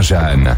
Jeanne.